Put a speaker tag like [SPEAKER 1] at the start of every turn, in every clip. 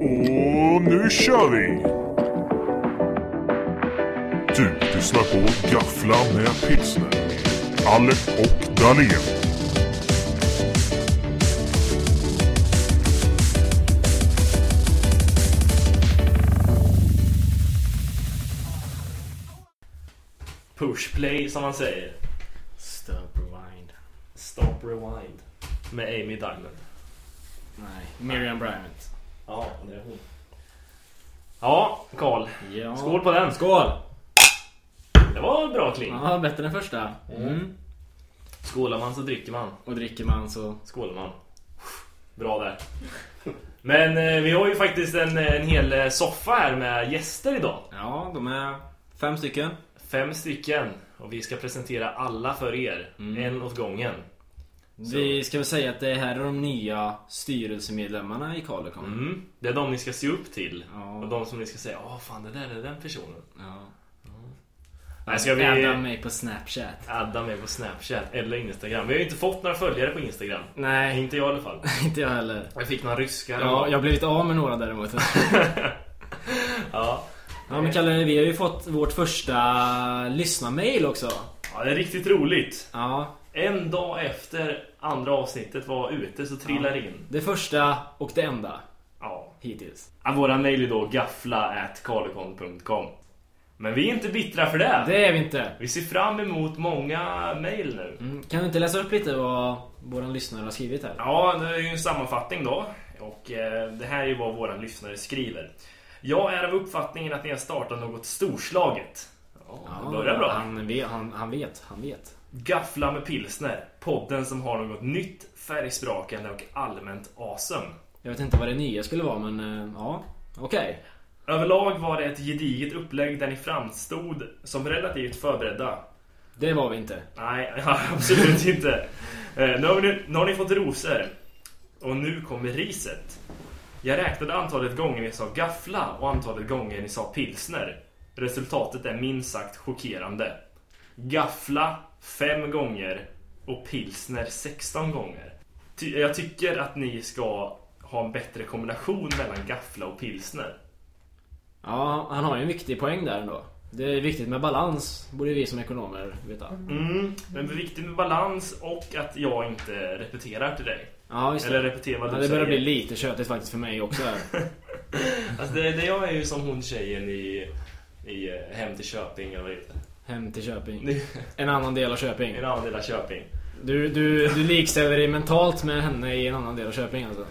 [SPEAKER 1] Och nu kör vi! Du lyssnar på Gaffla med pilsner. Alec och Dahlén.
[SPEAKER 2] Push play som man säger.
[SPEAKER 3] Stop rewind.
[SPEAKER 2] Stop rewind. Med Amy Diamond.
[SPEAKER 3] Nej, Miriam Bryant.
[SPEAKER 2] Ja, det är hon. Ja, Karl.
[SPEAKER 3] Ja.
[SPEAKER 2] Skål på den.
[SPEAKER 3] Skål!
[SPEAKER 2] Det var en bra kling.
[SPEAKER 3] Ja, bättre än första.
[SPEAKER 2] Mm. Skålar man så dricker man.
[SPEAKER 3] Och dricker man så...
[SPEAKER 2] Skålar man. Bra där. Men eh, vi har ju faktiskt en, en hel eh, soffa här med gäster idag.
[SPEAKER 3] Ja, de är fem stycken.
[SPEAKER 2] Fem stycken. Och vi ska presentera alla för er. En åt gången.
[SPEAKER 3] Vi ska väl säga att det här är de nya styrelsemedlemmarna i Carlecom.
[SPEAKER 2] Mm. Det är de ni ska se upp till.
[SPEAKER 3] Ja.
[SPEAKER 2] Och de som ni ska säga Åh fan, det där är den personen.
[SPEAKER 3] Ja.
[SPEAKER 2] Nej, ska vi...
[SPEAKER 3] Adda mig på Snapchat.
[SPEAKER 2] Adda mig på Snapchat eller Instagram. Vi har ju inte fått några följare på Instagram.
[SPEAKER 3] Nej,
[SPEAKER 2] Inte jag i alla fall.
[SPEAKER 3] inte jag heller.
[SPEAKER 2] Jag fick några ryska.
[SPEAKER 3] Ja, jag har blivit av med några däremot.
[SPEAKER 2] ja.
[SPEAKER 3] Ja men Kalle, vi har ju fått vårt första lyssnarmail också.
[SPEAKER 2] Ja, det är riktigt roligt.
[SPEAKER 3] Ja,
[SPEAKER 2] En dag efter andra avsnittet var ute så trillar det in.
[SPEAKER 3] det första och det enda
[SPEAKER 2] Ja.
[SPEAKER 3] hittills.
[SPEAKER 2] Ja, Våra mejl är då gaffla.carlecon.com Men vi är inte bittra för det.
[SPEAKER 3] Det är vi inte.
[SPEAKER 2] Vi ser fram emot många mejl nu.
[SPEAKER 3] Mm, Kan du inte läsa upp lite vad våran lyssnare har skrivit här?
[SPEAKER 2] Ja, det är ju en sammanfattning då. Och eh, det här är ju vad våra lyssnare skriver. Jag är av uppfattningen att ni har startat något storslaget. Ja,
[SPEAKER 3] Ah.
[SPEAKER 2] det börjar bra.
[SPEAKER 3] Han, ve- han, han vet, han vet.
[SPEAKER 2] Gaffla med pilsner. Podden som har något nytt, färgsprakande och allmänt awesome.
[SPEAKER 3] Jag vet inte vad det nya skulle vara men eh, ja, okej.
[SPEAKER 2] Överlag var det ett gediget upplägg där ni framstod som relativt förberedda.
[SPEAKER 3] Det var vi inte.
[SPEAKER 2] Nej, absolut inte. Eh, Nu har, ni, nu har ni fått rosor. Och nu kommer riset. Jag räknade antalet gånger ni sa gaffla och antalet gånger ni sa pilsner. Resultatet är minst sagt chockerande. Gaffla fem gånger och pilsner 16 gånger. Ty- jag tycker att ni ska ha en bättre kombination mellan gaffla och pilsner.
[SPEAKER 3] Ja, han har ju en viktig poäng där ändå. Det är viktigt med balans, borde vi som ekonomer veta.
[SPEAKER 2] Mm, men det är viktigt med balans och att jag inte repeterar till dig.
[SPEAKER 3] Ja, just det.
[SPEAKER 2] Eller repetera vad
[SPEAKER 3] ja,
[SPEAKER 2] du
[SPEAKER 3] det
[SPEAKER 2] säger.
[SPEAKER 3] börjar bli lite tjötigt faktiskt för mig också. här.
[SPEAKER 2] Alltså det, det jag är ju som hon tjejen i, i eh, Hem till Köping eller vad heter
[SPEAKER 3] Hem till Köping.
[SPEAKER 2] det?
[SPEAKER 3] En annan del av Köping.
[SPEAKER 2] En annan del av Köping.
[SPEAKER 3] Du, du, du likställer dig mentalt med henne i en annan del av Köping alltså?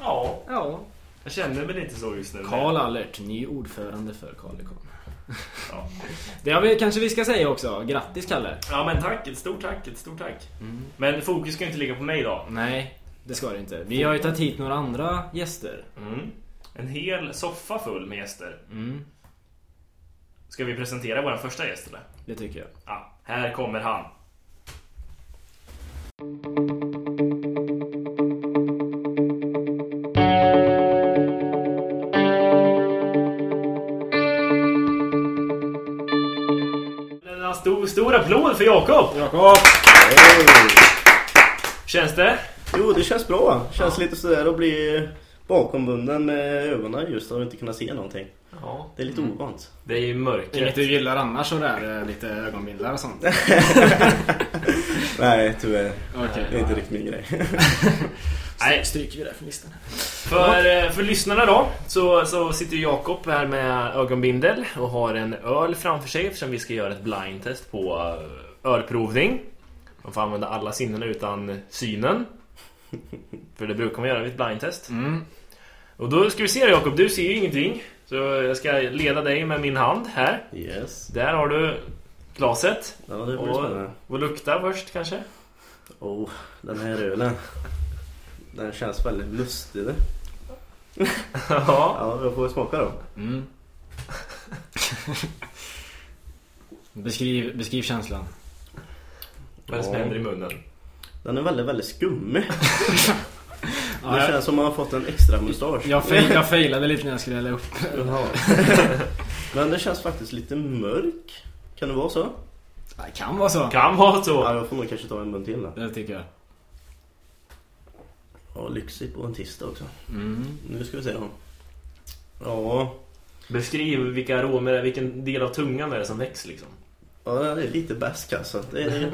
[SPEAKER 2] Ja,
[SPEAKER 3] Ja.
[SPEAKER 2] jag känner väl inte så just nu.
[SPEAKER 3] Karl Allert, ny ordförande för Carlicom.
[SPEAKER 2] Ja.
[SPEAKER 3] Det har vi, kanske vi ska säga också. Grattis Kalle!
[SPEAKER 2] ja men tack, ett stort tack, ett stort tack. Men fokus ska ju inte ligga på mig idag.
[SPEAKER 3] Nej, det ska det inte. Vi har ju tagit hit några andra gäster.
[SPEAKER 2] Mm. En hel soffa full med gäster.
[SPEAKER 3] Mm,
[SPEAKER 2] Ska vi presentera vår första gäst eller?
[SPEAKER 3] det tycker jag.
[SPEAKER 2] Ja, här kommer han. En stor, stor applåd för Jakob!
[SPEAKER 4] Jakob!
[SPEAKER 2] Känns det?
[SPEAKER 4] Jo, det känns bra. Känns lite sådär att bli bakombunden med ögonen just och inte kunna se någonting.
[SPEAKER 2] Ja.
[SPEAKER 4] Det är lite ovant.
[SPEAKER 2] Det är ju
[SPEAKER 3] Inget
[SPEAKER 2] mörkret.
[SPEAKER 3] du gillar annars sådär eh, lite ögonbindlar och sånt? Okej.
[SPEAKER 4] Nej, tyvärr. Det är inte riktigt min grej.
[SPEAKER 2] Nej,
[SPEAKER 3] Stryker vi det från listan?
[SPEAKER 2] För, eh, för lyssnarna då, så, så sitter ju Jakob här med ögonbindel och har en öl framför sig eftersom vi ska göra ett blindtest på eh, ölprovning. Man får använda alla sinnena utan synen. För det brukar man göra vid ett blindtest.
[SPEAKER 3] Mm.
[SPEAKER 2] Och då ska vi se Jakob, du ser ju ingenting. Så jag ska leda dig med min hand här.
[SPEAKER 4] Yes.
[SPEAKER 2] Där har du glaset.
[SPEAKER 4] Ja, det blir
[SPEAKER 2] Och,
[SPEAKER 4] spännande.
[SPEAKER 2] och lukta först kanske.
[SPEAKER 4] Oh, den här ölen. Den känns väldigt lustig. det.
[SPEAKER 2] ja.
[SPEAKER 4] Ja, jag får smaka då.
[SPEAKER 3] Mm. beskriv, beskriv känslan.
[SPEAKER 2] Vad är det som
[SPEAKER 4] Ja.
[SPEAKER 2] händer i munnen?
[SPEAKER 4] Den är väldigt, väldigt skummig.
[SPEAKER 3] Ja,
[SPEAKER 4] Det
[SPEAKER 3] jag,
[SPEAKER 4] känns som man har fått en extra mustasch.
[SPEAKER 3] jag, fail, jag failade lite när jag skulle hälla upp.
[SPEAKER 4] Jaha. Men den känns faktiskt lite mörk. Kan det vara så?
[SPEAKER 3] Det kan vara så.
[SPEAKER 2] Kan vara
[SPEAKER 4] Ja,
[SPEAKER 2] så.
[SPEAKER 4] jag får nog kanske ta en mun till då.
[SPEAKER 3] Det tycker jag.
[SPEAKER 4] Ja, lyxigt på en tisdag också.
[SPEAKER 3] Mm.
[SPEAKER 4] Nu ska vi se. då. Ja,
[SPEAKER 5] Beskriv vilka aromer, det är, vilken del av tungan det är som väcks liksom.
[SPEAKER 4] ja det är lite bäsk alltså. Det, är,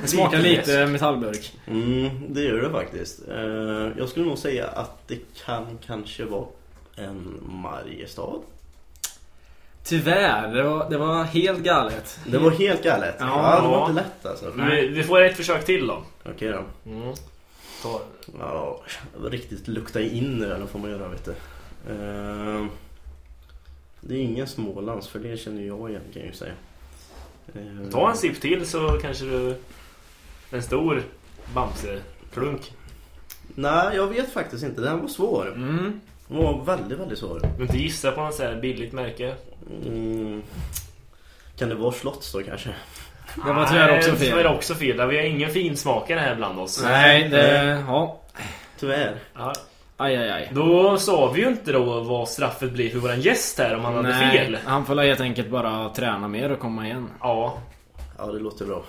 [SPEAKER 3] Det smakar lite metallburk.
[SPEAKER 4] mm, det gör det faktiskt. Eh, Jag skulle nog säga att det kan kanske vara en Mariestad.
[SPEAKER 3] Tyvärr, det var, det var helt galet.
[SPEAKER 4] Det var helt galet.
[SPEAKER 3] Ja.
[SPEAKER 4] Ja, det var inte lätt alltså.
[SPEAKER 2] Vi, vi får ett försök till då.
[SPEAKER 4] Okej då.
[SPEAKER 2] Ta,
[SPEAKER 4] Ja, riktigt lukta in ölen får man göra vet du. Eh, Det är ingen Smålands för det känner jag igen kan jag ju säga. Eh,
[SPEAKER 2] ta en sipp till så kanske du... En stor Bamse-klunk.
[SPEAKER 4] Eh, Nej, jag vet faktiskt inte. Den var svår.
[SPEAKER 3] Mm.
[SPEAKER 4] Den var väldigt, väldigt svår.
[SPEAKER 2] Du inte gissa på något så här billigt märke.
[SPEAKER 4] Mm. Kan det vara Slotts då kanske?
[SPEAKER 3] Det var tyvärr också
[SPEAKER 2] Nej, Det
[SPEAKER 3] fel.
[SPEAKER 2] var också fel. Vi har ingen finsmakare här bland oss.
[SPEAKER 3] Nej, det... Ja.
[SPEAKER 4] Tyvärr.
[SPEAKER 2] Ja.
[SPEAKER 3] Aj, aj, aj.
[SPEAKER 2] Då sa vi ju inte då vad straffet blir för våran gäst här om han hade
[SPEAKER 3] Nej,
[SPEAKER 2] fel.
[SPEAKER 3] han får helt enkelt bara träna mer och komma igen.
[SPEAKER 2] Ja.
[SPEAKER 4] Ja, det låter bra.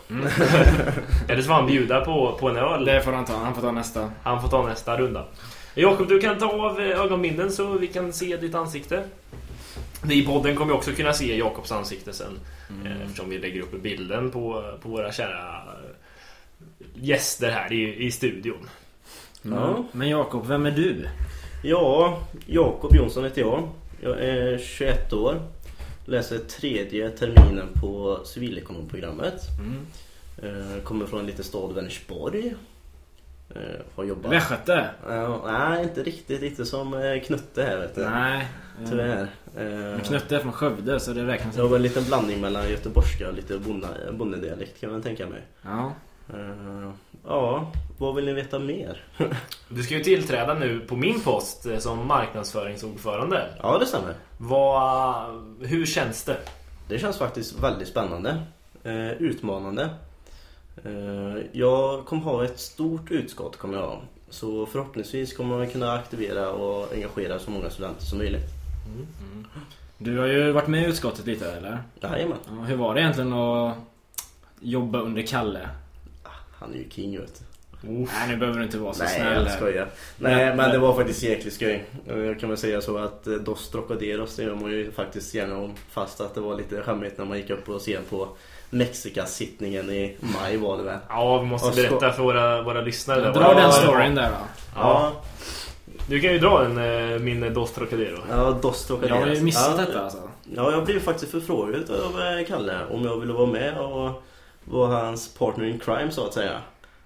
[SPEAKER 2] Eller så får han bjuda på, på en öl.
[SPEAKER 3] Det får han ta. Han får ta nästa.
[SPEAKER 2] Han får ta nästa runda. Jakob, du kan ta av eh, ögonbindeln så vi kan se ditt ansikte. Ni i podden kommer ju också kunna se Jakobs ansikte sen.
[SPEAKER 3] Mm.
[SPEAKER 2] eh, Eftersom vi lägger upp bilden på, på våra kära eh, gäster här i, i studion.
[SPEAKER 4] Ja.
[SPEAKER 3] Mm. Men Jakob, vem är du?
[SPEAKER 4] Ja, Jakob Jonsson heter jag. Jag är 21 år. Läser tredje terminen på civilekonomprogrammet.
[SPEAKER 3] Mm.
[SPEAKER 4] Eh, Kommer från en liten stad, Vänersborg. Eh, Har jobbat...
[SPEAKER 3] Västgöte?
[SPEAKER 4] Ja, Nej, inte riktigt. Inte som eh, Knutte här vet du.
[SPEAKER 3] Nej.
[SPEAKER 4] Tyvärr.
[SPEAKER 3] Men
[SPEAKER 4] Eh,
[SPEAKER 3] Knutte är från Skövde så det räknas
[SPEAKER 4] Det
[SPEAKER 3] inte.
[SPEAKER 4] var en liten blandning mellan göteborgska och lite bonde- bondedialekt kan man tänka mig.
[SPEAKER 3] Ja.
[SPEAKER 4] Eh, Ja, vad vill ni veta mer?
[SPEAKER 2] Du ska ju tillträda nu på min post eh, som marknadsföringsordförande.
[SPEAKER 4] Ja, det stämmer.
[SPEAKER 2] Vad, hur känns det?
[SPEAKER 4] Det känns faktiskt väldigt spännande. eh, Utmanande. Eh, Jag kommer ha ett stort utskott kommer jag ha. Så förhoppningsvis kommer man kunna aktivera och engagera så många studenter som möjligt.
[SPEAKER 3] Du har ju varit med i utskottet lite eller?
[SPEAKER 4] Jajamän.
[SPEAKER 3] Ja, hur var det egentligen att jobba under Kalle?
[SPEAKER 4] Han är ju king vet du.
[SPEAKER 3] Nej nu behöver du inte vara så
[SPEAKER 4] Nej,
[SPEAKER 3] snäll.
[SPEAKER 4] jag skojar. Alltså, Nej,
[SPEAKER 3] Men-
[SPEAKER 4] men det var faktiskt jäkligt skoj. Eh, Jag kan väl säga så att eh, Dos Trocaderos, det gör man ju faktiskt gärna om. Fast att det var lite skämmigt när man gick upp på scen på Mexikasittningen i maj var det väl.
[SPEAKER 2] Ja, vi måste
[SPEAKER 4] Och så-
[SPEAKER 2] berätta för våra, våra lyssnare. där.
[SPEAKER 3] Dra
[SPEAKER 2] Vad-
[SPEAKER 3] Alltså- den
[SPEAKER 2] vad-
[SPEAKER 3] storyn där då.
[SPEAKER 2] Ja.
[SPEAKER 4] Ja,
[SPEAKER 2] Du kan ju dra den, eh, min Dos Trocadero.
[SPEAKER 4] ja Dos
[SPEAKER 3] Jag
[SPEAKER 4] Trocaderos.
[SPEAKER 3] har ju missat
[SPEAKER 4] ja,
[SPEAKER 3] detta alltså.
[SPEAKER 4] Ja, jag blev faktiskt förfrågad av eh, Kalle om jag ville vara med och vara hans partner in crime så att säga.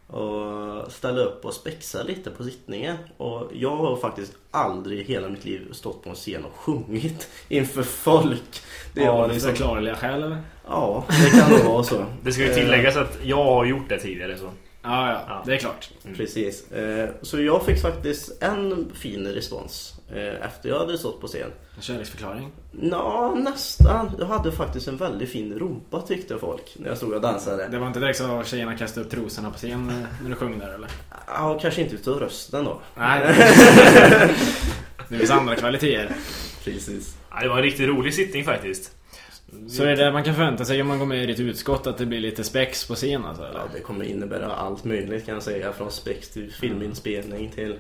[SPEAKER 4] Och ställa upp och spexa lite på sittningen. Och jag har faktiskt aldrig i hela mitt liv stått på en scen och sjungit inför folk. Det
[SPEAKER 3] Av
[SPEAKER 4] var
[SPEAKER 3] liksom...
[SPEAKER 4] liksom...
[SPEAKER 3] förklarliga skäl eller?
[SPEAKER 4] Ja, det kan nog vara så.
[SPEAKER 2] Det
[SPEAKER 3] Eh.
[SPEAKER 2] ska ju tilläggas att jag har gjort det tidigare. Så.
[SPEAKER 3] Ja, ja,
[SPEAKER 2] Ja.
[SPEAKER 3] det är klart.
[SPEAKER 4] Eh, Precis. Eh, Så jag fick faktiskt en fin respons eh, efter jag hade stått på scen.
[SPEAKER 3] En kärleksförklaring.
[SPEAKER 4] Ja, nästan. Jag hade faktiskt en väldigt fin rumpa tyckte folk när jag stod och dansade.
[SPEAKER 3] Det var inte direkt så att tjejerna kastade upp trosorna på scen eh, när du sjöng där eller?
[SPEAKER 4] Ja, kanske inte utav rösten då.
[SPEAKER 3] Nej. Det finns andra kvaliteter.
[SPEAKER 4] Precis.
[SPEAKER 2] Ja, det var en riktigt rolig sittning faktiskt.
[SPEAKER 3] Så är det man kan förvänta sig om man går med i ditt utskott att det blir lite spex på scen alltså eller?
[SPEAKER 4] Ja, det kommer innebära allt möjligt kan jag säga. Från spex till filminspelning till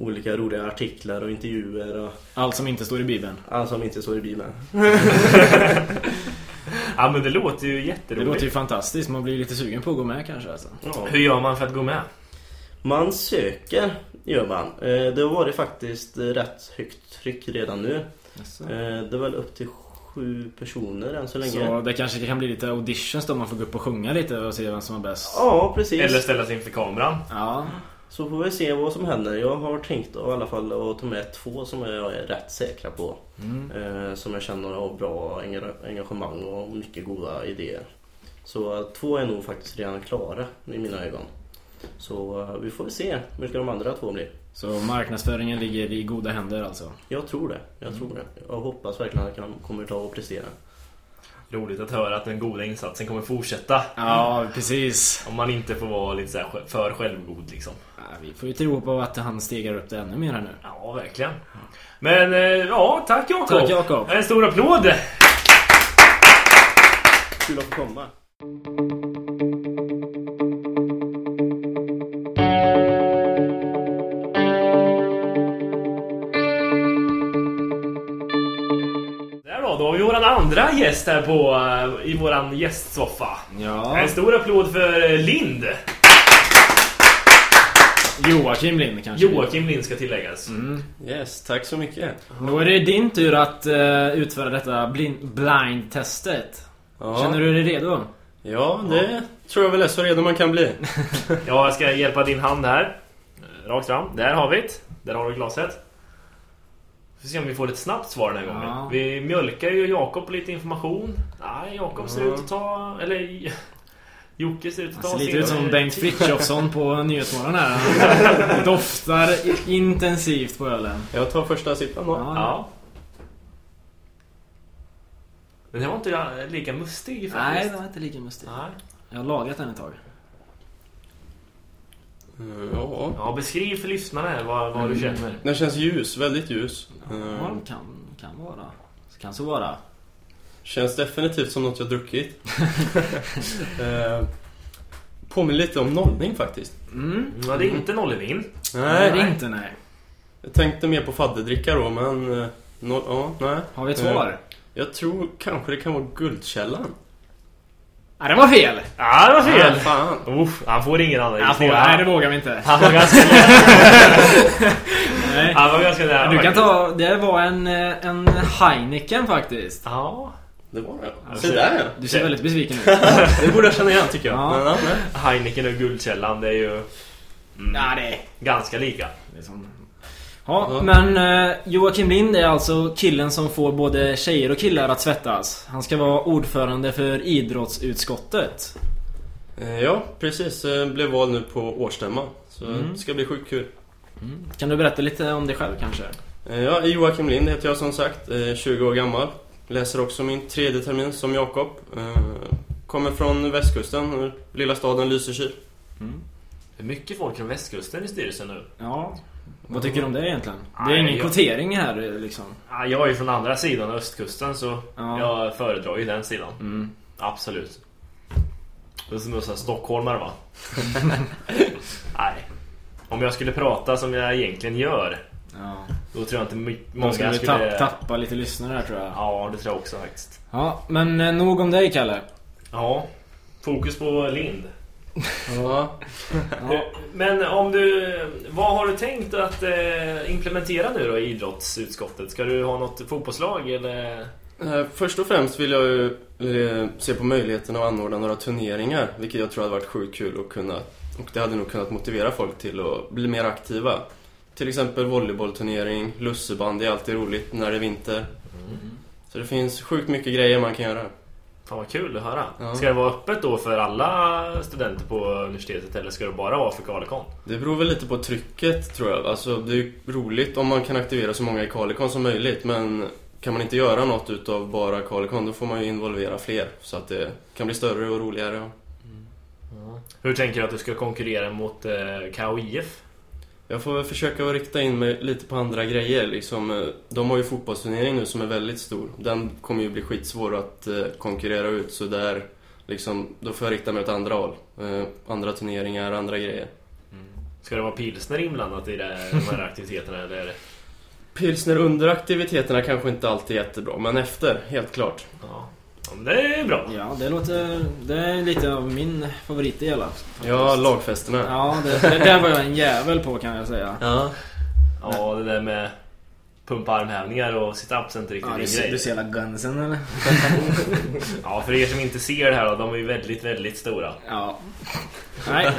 [SPEAKER 4] olika roliga artiklar och intervjuer och
[SPEAKER 3] Allt som inte står i bibeln.
[SPEAKER 4] allt som inte står i bilen.
[SPEAKER 2] Ja, men det låter ju
[SPEAKER 3] Det låter
[SPEAKER 2] jätteroligt.
[SPEAKER 3] ju fantastiskt, man blir lite sugen på att gå med kanske alltså.
[SPEAKER 4] Ja.
[SPEAKER 2] Hur gör man för att gå med?
[SPEAKER 4] Man söker, gör man. Eh, Det har varit faktiskt eh, rätt högt tryck redan nu. Eh, Det är väl upp till sju personer än så länge.
[SPEAKER 3] Så det kanske kan bli lite auditions då man får gå upp och sjunga lite och se vem som är bäst.
[SPEAKER 4] Ja, precis.
[SPEAKER 2] Eller ställa sig inför kameran?
[SPEAKER 3] Ja,
[SPEAKER 4] Så får vi se vad som händer. Jag har tänkt i alla fall att ta med två som jag är rätt säkra på.
[SPEAKER 3] Mm.
[SPEAKER 4] Eh, som jag känner har bra enga- engagemang och mycket goda idéer. Så eh, två är nog faktiskt redan klara i mina ögon. Så eh, vi får väl se vilka de andra två blir.
[SPEAKER 3] så marknadsföringen ligger i goda händer alltså.
[SPEAKER 4] Jag tror det. Jag tror det. Jag hoppas verkligen att jag kommer ta och prestera.
[SPEAKER 2] Roligt att höra att den goda insatsen kommer fortsätta.
[SPEAKER 3] Ja, precis.
[SPEAKER 2] Om man inte får vara lite så här sj- för självgod liksom.
[SPEAKER 3] Ja, vi får ju tro på att han stegar upp det ännu mer här nu.
[SPEAKER 2] Ja, verkligen. Men eh, ja, tack Jakob!
[SPEAKER 3] Tack, Jakob.
[SPEAKER 2] En stor applåd!
[SPEAKER 4] Kul att få komma.
[SPEAKER 2] andra gäst här på, eh, i våran gästsoffa.
[SPEAKER 3] Ja,
[SPEAKER 2] En stor applåd för eh, Lind.
[SPEAKER 3] Joakim Lind kanske.
[SPEAKER 2] Joakim Lind ska tilläggas.
[SPEAKER 3] Mm.
[SPEAKER 4] Yes, tack så mycket.
[SPEAKER 3] Då är det din tur att eh, utföra detta blin- blind-testet.
[SPEAKER 4] Ja,
[SPEAKER 3] Känner du dig redo?
[SPEAKER 4] ja det tror jag väl är så redo man kan bli.
[SPEAKER 2] Ja, jag ska hjälpa din hand här. Eh, Rakt fram. Där har vi det. Där har du glaset. Vi får se om vi får ett snabbt svar den här gången.
[SPEAKER 3] Ja.
[SPEAKER 2] Vi mjölkar ju Jakob på lite information. Nej, Jakob ser ut att ta... Eller... Jocke ser ut att ta...
[SPEAKER 3] Han ser lite
[SPEAKER 2] sin-
[SPEAKER 3] ut som Bengt Frithiofsson på Nyhetsmorgon här. Han doftar i- intensivt på ölen.
[SPEAKER 4] Jag tar första sippen då.
[SPEAKER 3] Ja.
[SPEAKER 2] Ja. Men den var inte lika mustig
[SPEAKER 3] Nej,
[SPEAKER 2] faktiskt.
[SPEAKER 3] den var inte lika mustig.
[SPEAKER 2] Nej.
[SPEAKER 3] Jag har lagrat den ett tag.
[SPEAKER 4] Mm, Ja.
[SPEAKER 2] Ja, beskriv för lyssnarna här vad, vad du
[SPEAKER 3] Mm.
[SPEAKER 2] känner.
[SPEAKER 4] Den känns ljus, väldigt ljus.
[SPEAKER 3] Ja,
[SPEAKER 4] Mm,
[SPEAKER 3] kan, kan vara. Kan så vara.
[SPEAKER 4] Känns definitivt som något jag druckit. Eh, Påminner lite om nollning faktiskt.
[SPEAKER 3] Mm.
[SPEAKER 2] Ja, det är inte nollevin.
[SPEAKER 3] Nej, det
[SPEAKER 4] Nej,
[SPEAKER 3] är inte nej.
[SPEAKER 4] jag tänkte mer på fadderdricka då men... eh, Noll, ja, nej.
[SPEAKER 3] Har vi ett
[SPEAKER 4] Eh,
[SPEAKER 3] svar?
[SPEAKER 4] Jag tror kanske det kan vara Guldkällan.
[SPEAKER 3] Nej, det var fel!
[SPEAKER 2] Ja, det var
[SPEAKER 4] Ah,
[SPEAKER 2] fel!
[SPEAKER 4] fan.
[SPEAKER 2] Uff, han får ingen annan
[SPEAKER 3] Jag får, nej, det vågar vi inte.
[SPEAKER 2] Han var ganska
[SPEAKER 3] Nej.
[SPEAKER 2] Han var ganska nära
[SPEAKER 3] Du kan
[SPEAKER 2] faktiskt.
[SPEAKER 3] ta... Det var en, eh, en Heineken faktiskt.
[SPEAKER 2] Ja,
[SPEAKER 4] Det var det.
[SPEAKER 3] Alltså,
[SPEAKER 4] Se där
[SPEAKER 3] Du ser väldigt besviken ut. Ja,
[SPEAKER 4] ja. Det borde jag känna igen tycker jag.
[SPEAKER 3] Ja.
[SPEAKER 4] Men, ja, nej.
[SPEAKER 2] Heineken och Guldkällan, det är ju
[SPEAKER 3] det...
[SPEAKER 2] ganska lika.
[SPEAKER 3] det är sån... Ja,
[SPEAKER 4] Ja.
[SPEAKER 3] men eh, Joakim Lind är alltså killen som får både tjejer och killar att svettas. Han ska vara ordförande för idrottsutskottet.
[SPEAKER 4] Eh, Ja, precis. Eh, Blev vald nu på årsstämman. Så
[SPEAKER 3] Mm.
[SPEAKER 4] det ska bli sjukt kul.
[SPEAKER 3] Kan du berätta lite om dig själv kanske?
[SPEAKER 4] Eh, Ja, Joakim Lind heter jag som sagt. eh, 20 år gammal. Läser också min tredje termin som Jakob. Eh, Kommer från västkusten, eh, lilla staden Lysekil.
[SPEAKER 2] Det är mycket folk från västkusten i styrelsen nu.
[SPEAKER 3] Ja. Vad tycker du om det egentligen? Det är
[SPEAKER 2] Nej,
[SPEAKER 3] ingen
[SPEAKER 2] jag-
[SPEAKER 3] kvotering här liksom.
[SPEAKER 2] Ja, jag är ju från andra sidan av östkusten så
[SPEAKER 3] Ja. Mm.
[SPEAKER 2] jag föredrar ju den sidan. Absolut. Det är som en sån här stockholmare va? Nej. Om jag skulle prata som jag egentligen gör
[SPEAKER 3] Ja.
[SPEAKER 2] då tror jag inte my- många
[SPEAKER 3] Man skulle,
[SPEAKER 2] skulle...
[SPEAKER 3] Tapp, tappa lite lyssnare här tror jag.
[SPEAKER 2] Ja, det tror jag också faktiskt.
[SPEAKER 3] Ja, men eh, nog om dig Kalle.
[SPEAKER 2] Ja. Fokus på Lind.
[SPEAKER 4] Ja.
[SPEAKER 3] Ja.
[SPEAKER 2] Men om du, vad har du tänkt att eh, implementera nu då i idrottsutskottet? Ska du ha något fotbollslag eller?
[SPEAKER 4] Eh, Först och främst vill jag ju eh, se på möjligheten att anordna några turneringar, vilket jag tror hade varit sjukt kul att kunna. Och det hade nog kunnat motivera folk till att bli mer aktiva. Till exempel volleybollturnering, lusseband, det är alltid roligt när det är vinter. Så det finns sjukt mycket grejer man kan göra.
[SPEAKER 2] Fan vad kul att höra.
[SPEAKER 4] Ja.
[SPEAKER 2] Ska det vara öppet då för alla studenter på universitetet eller ska det bara vara för Carlecon?
[SPEAKER 4] Det beror väl lite på trycket tror jag. Alltså det är ju roligt om man kan aktivera så många i Calicon som möjligt men kan man inte göra något utav bara Calicon då får man ju involvera fler så att det kan bli större och roligare.
[SPEAKER 2] Hur tänker du att du ska konkurrera mot eh, KO IF?
[SPEAKER 4] Jag får väl försöka att rikta in mig lite på andra grejer. Liksom, eh, de har ju fotbollsturnering nu som är väldigt stor. Den kommer ju bli skitsvår att eh, konkurrera ut så där, liksom, då får jag rikta mig åt andra håll. Eh, Andra turneringar, andra grejer.
[SPEAKER 2] Ska det vara pilsner inblandat i det, de här aktiviteterna eller?
[SPEAKER 4] Pilsner under aktiviteterna kanske inte alltid är jättebra, men efter, helt klart.
[SPEAKER 2] Ja. ja men det är bra.
[SPEAKER 3] Ja, det låter... Det är lite av min favoritdel alltså.
[SPEAKER 4] Ja, lagfesterna.
[SPEAKER 3] Ja, det, det där var jag en jävel på kan jag säga.
[SPEAKER 4] Ja.
[SPEAKER 2] Ja, det där med pumpa armhävningar och sit-ups är inte riktigt
[SPEAKER 3] Ja,
[SPEAKER 2] din
[SPEAKER 3] du, ser-
[SPEAKER 2] grej.
[SPEAKER 3] du ser alla gunsen eller?
[SPEAKER 2] Ja, för er som inte ser det här då, de är ju väldigt, väldigt stora.
[SPEAKER 3] Ja. Nej,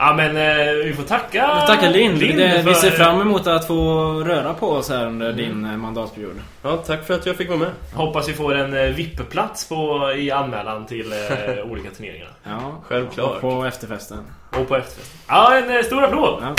[SPEAKER 2] Ja men eh, vi får tacka
[SPEAKER 3] vi tackar Lind. Det,
[SPEAKER 2] för-
[SPEAKER 3] vi ser fram emot att få röra på oss här under din eh, mandatperiod.
[SPEAKER 4] ja, tack för att jag fick vara med.
[SPEAKER 2] Hoppas vi får en eh, VIP-plats på, i anmälan till eh, olika turneringarna.
[SPEAKER 3] Ja,
[SPEAKER 4] Självklart.
[SPEAKER 3] Och på efterfesten.
[SPEAKER 2] Och på efterfest. Ja, en eh, stor applåd!
[SPEAKER 3] Ja.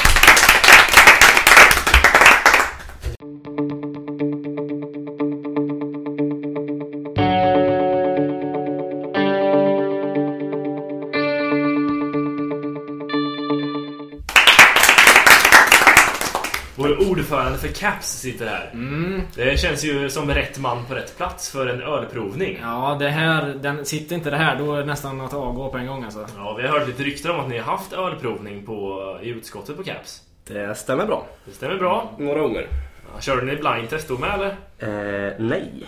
[SPEAKER 2] Vår ordförande för CAPS sitter här.
[SPEAKER 3] Mm.
[SPEAKER 2] Det känns ju som rätt man på rätt plats för en ölprovning.
[SPEAKER 3] Ja, det här... Den, sitter inte det här då är det nästan att avgå på en gång alltså.
[SPEAKER 2] Ja, vi har hört lite rykten om att ni har haft ölprovning på, i utskottet på CAPS.
[SPEAKER 4] Det stämmer bra.
[SPEAKER 5] Mm.
[SPEAKER 2] Det stämmer bra.
[SPEAKER 4] Några gånger.
[SPEAKER 2] Ja, Körde ni blindtest då med eller?
[SPEAKER 4] Eh, nej,
[SPEAKER 2] Nej.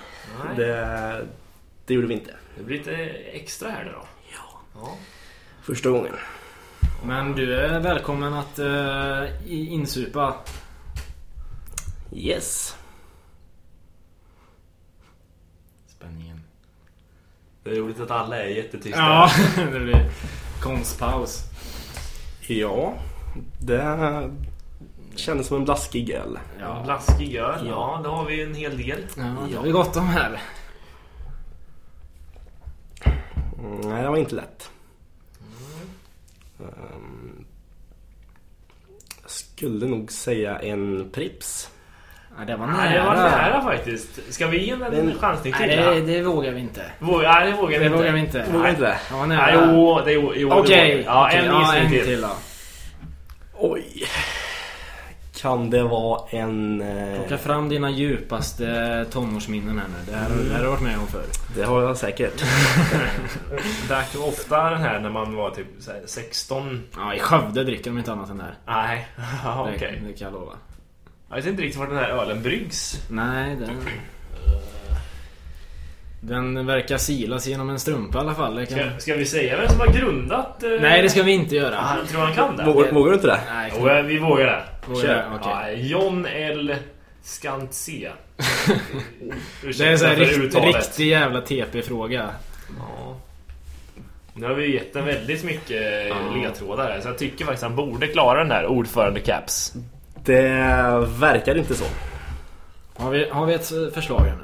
[SPEAKER 2] Det...
[SPEAKER 4] Det, det gjorde vi inte.
[SPEAKER 2] blir lite eh, extra här nu då. Ja.
[SPEAKER 4] Första gången.
[SPEAKER 3] Men du är välkommen att eh, i- insupa.
[SPEAKER 4] Yes.
[SPEAKER 3] Spänningen.
[SPEAKER 5] Det är roligt att alla är jättetysta.
[SPEAKER 3] Ja, det blir konstpaus.
[SPEAKER 4] Ja, det kändes som en blaskig öl.
[SPEAKER 2] En
[SPEAKER 3] Ja,
[SPEAKER 2] Blaskig öl. Ja, det har vi en hel del.
[SPEAKER 3] ja det har vi gott om här.
[SPEAKER 4] Mm, Nej, det var inte lätt. Ehm, jag skulle nog säga en Prips.
[SPEAKER 3] Ja, det var nära.
[SPEAKER 2] Nej, det var nära faktiskt. Ska vi ge en
[SPEAKER 4] Men-
[SPEAKER 2] chansning till?
[SPEAKER 3] Nej,
[SPEAKER 2] Nej,
[SPEAKER 3] det, det vågar vi inte.
[SPEAKER 2] Nej, det vågar vi
[SPEAKER 3] Det
[SPEAKER 2] inte.
[SPEAKER 3] vågar vi inte.
[SPEAKER 4] Vågar inte det?
[SPEAKER 3] Det var
[SPEAKER 2] Nej,
[SPEAKER 3] nära.
[SPEAKER 2] jo, det, jo, jo, det
[SPEAKER 3] Okej.
[SPEAKER 2] vågar- Ja, en
[SPEAKER 3] ja,
[SPEAKER 2] gissning till.
[SPEAKER 3] då.
[SPEAKER 4] Oj. Kan det vara en... eh,
[SPEAKER 3] Plocka fram dina djupaste tonårsminnen här nu. Det här, det här har du varit med om förr.
[SPEAKER 4] Det har jag säkert.
[SPEAKER 2] Drack du ofta den här när man var typ så här 16?
[SPEAKER 3] Ja, i Skövde dricker de inte annat än det här.
[SPEAKER 2] Nej, Ja,
[SPEAKER 3] Det-
[SPEAKER 2] okej.
[SPEAKER 3] Det kan jag lova.
[SPEAKER 2] Jag vet inte riktigt vart den här ölen bryggs.
[SPEAKER 3] Nej, den... Den verkar silas genom en strumpa i alla fall. Det kan...
[SPEAKER 2] Ska, ska vi säga vem som har grundat? eh,
[SPEAKER 3] Nej, det ska vi inte göra.
[SPEAKER 2] Han tror han kan det?
[SPEAKER 4] Vågar, vågar du inte det?
[SPEAKER 3] Nej,
[SPEAKER 2] Jo, eh, vi vågar det.
[SPEAKER 3] vågar
[SPEAKER 4] kör.
[SPEAKER 3] jag. Okej.
[SPEAKER 2] Ja, John L. Skantzé.
[SPEAKER 3] Det är en sån här
[SPEAKER 2] för
[SPEAKER 3] rikt,
[SPEAKER 2] uttalet.
[SPEAKER 3] riktig jävla TP-fråga.
[SPEAKER 2] Ja. Nu har vi ju gett en väldigt mycket
[SPEAKER 4] Ja.
[SPEAKER 2] ledtrådar här, så jag tycker faktiskt han borde klara den där ordförande Caps.
[SPEAKER 4] Det verkar inte så.
[SPEAKER 3] Har vi, har vi ett eh, förslag här nu?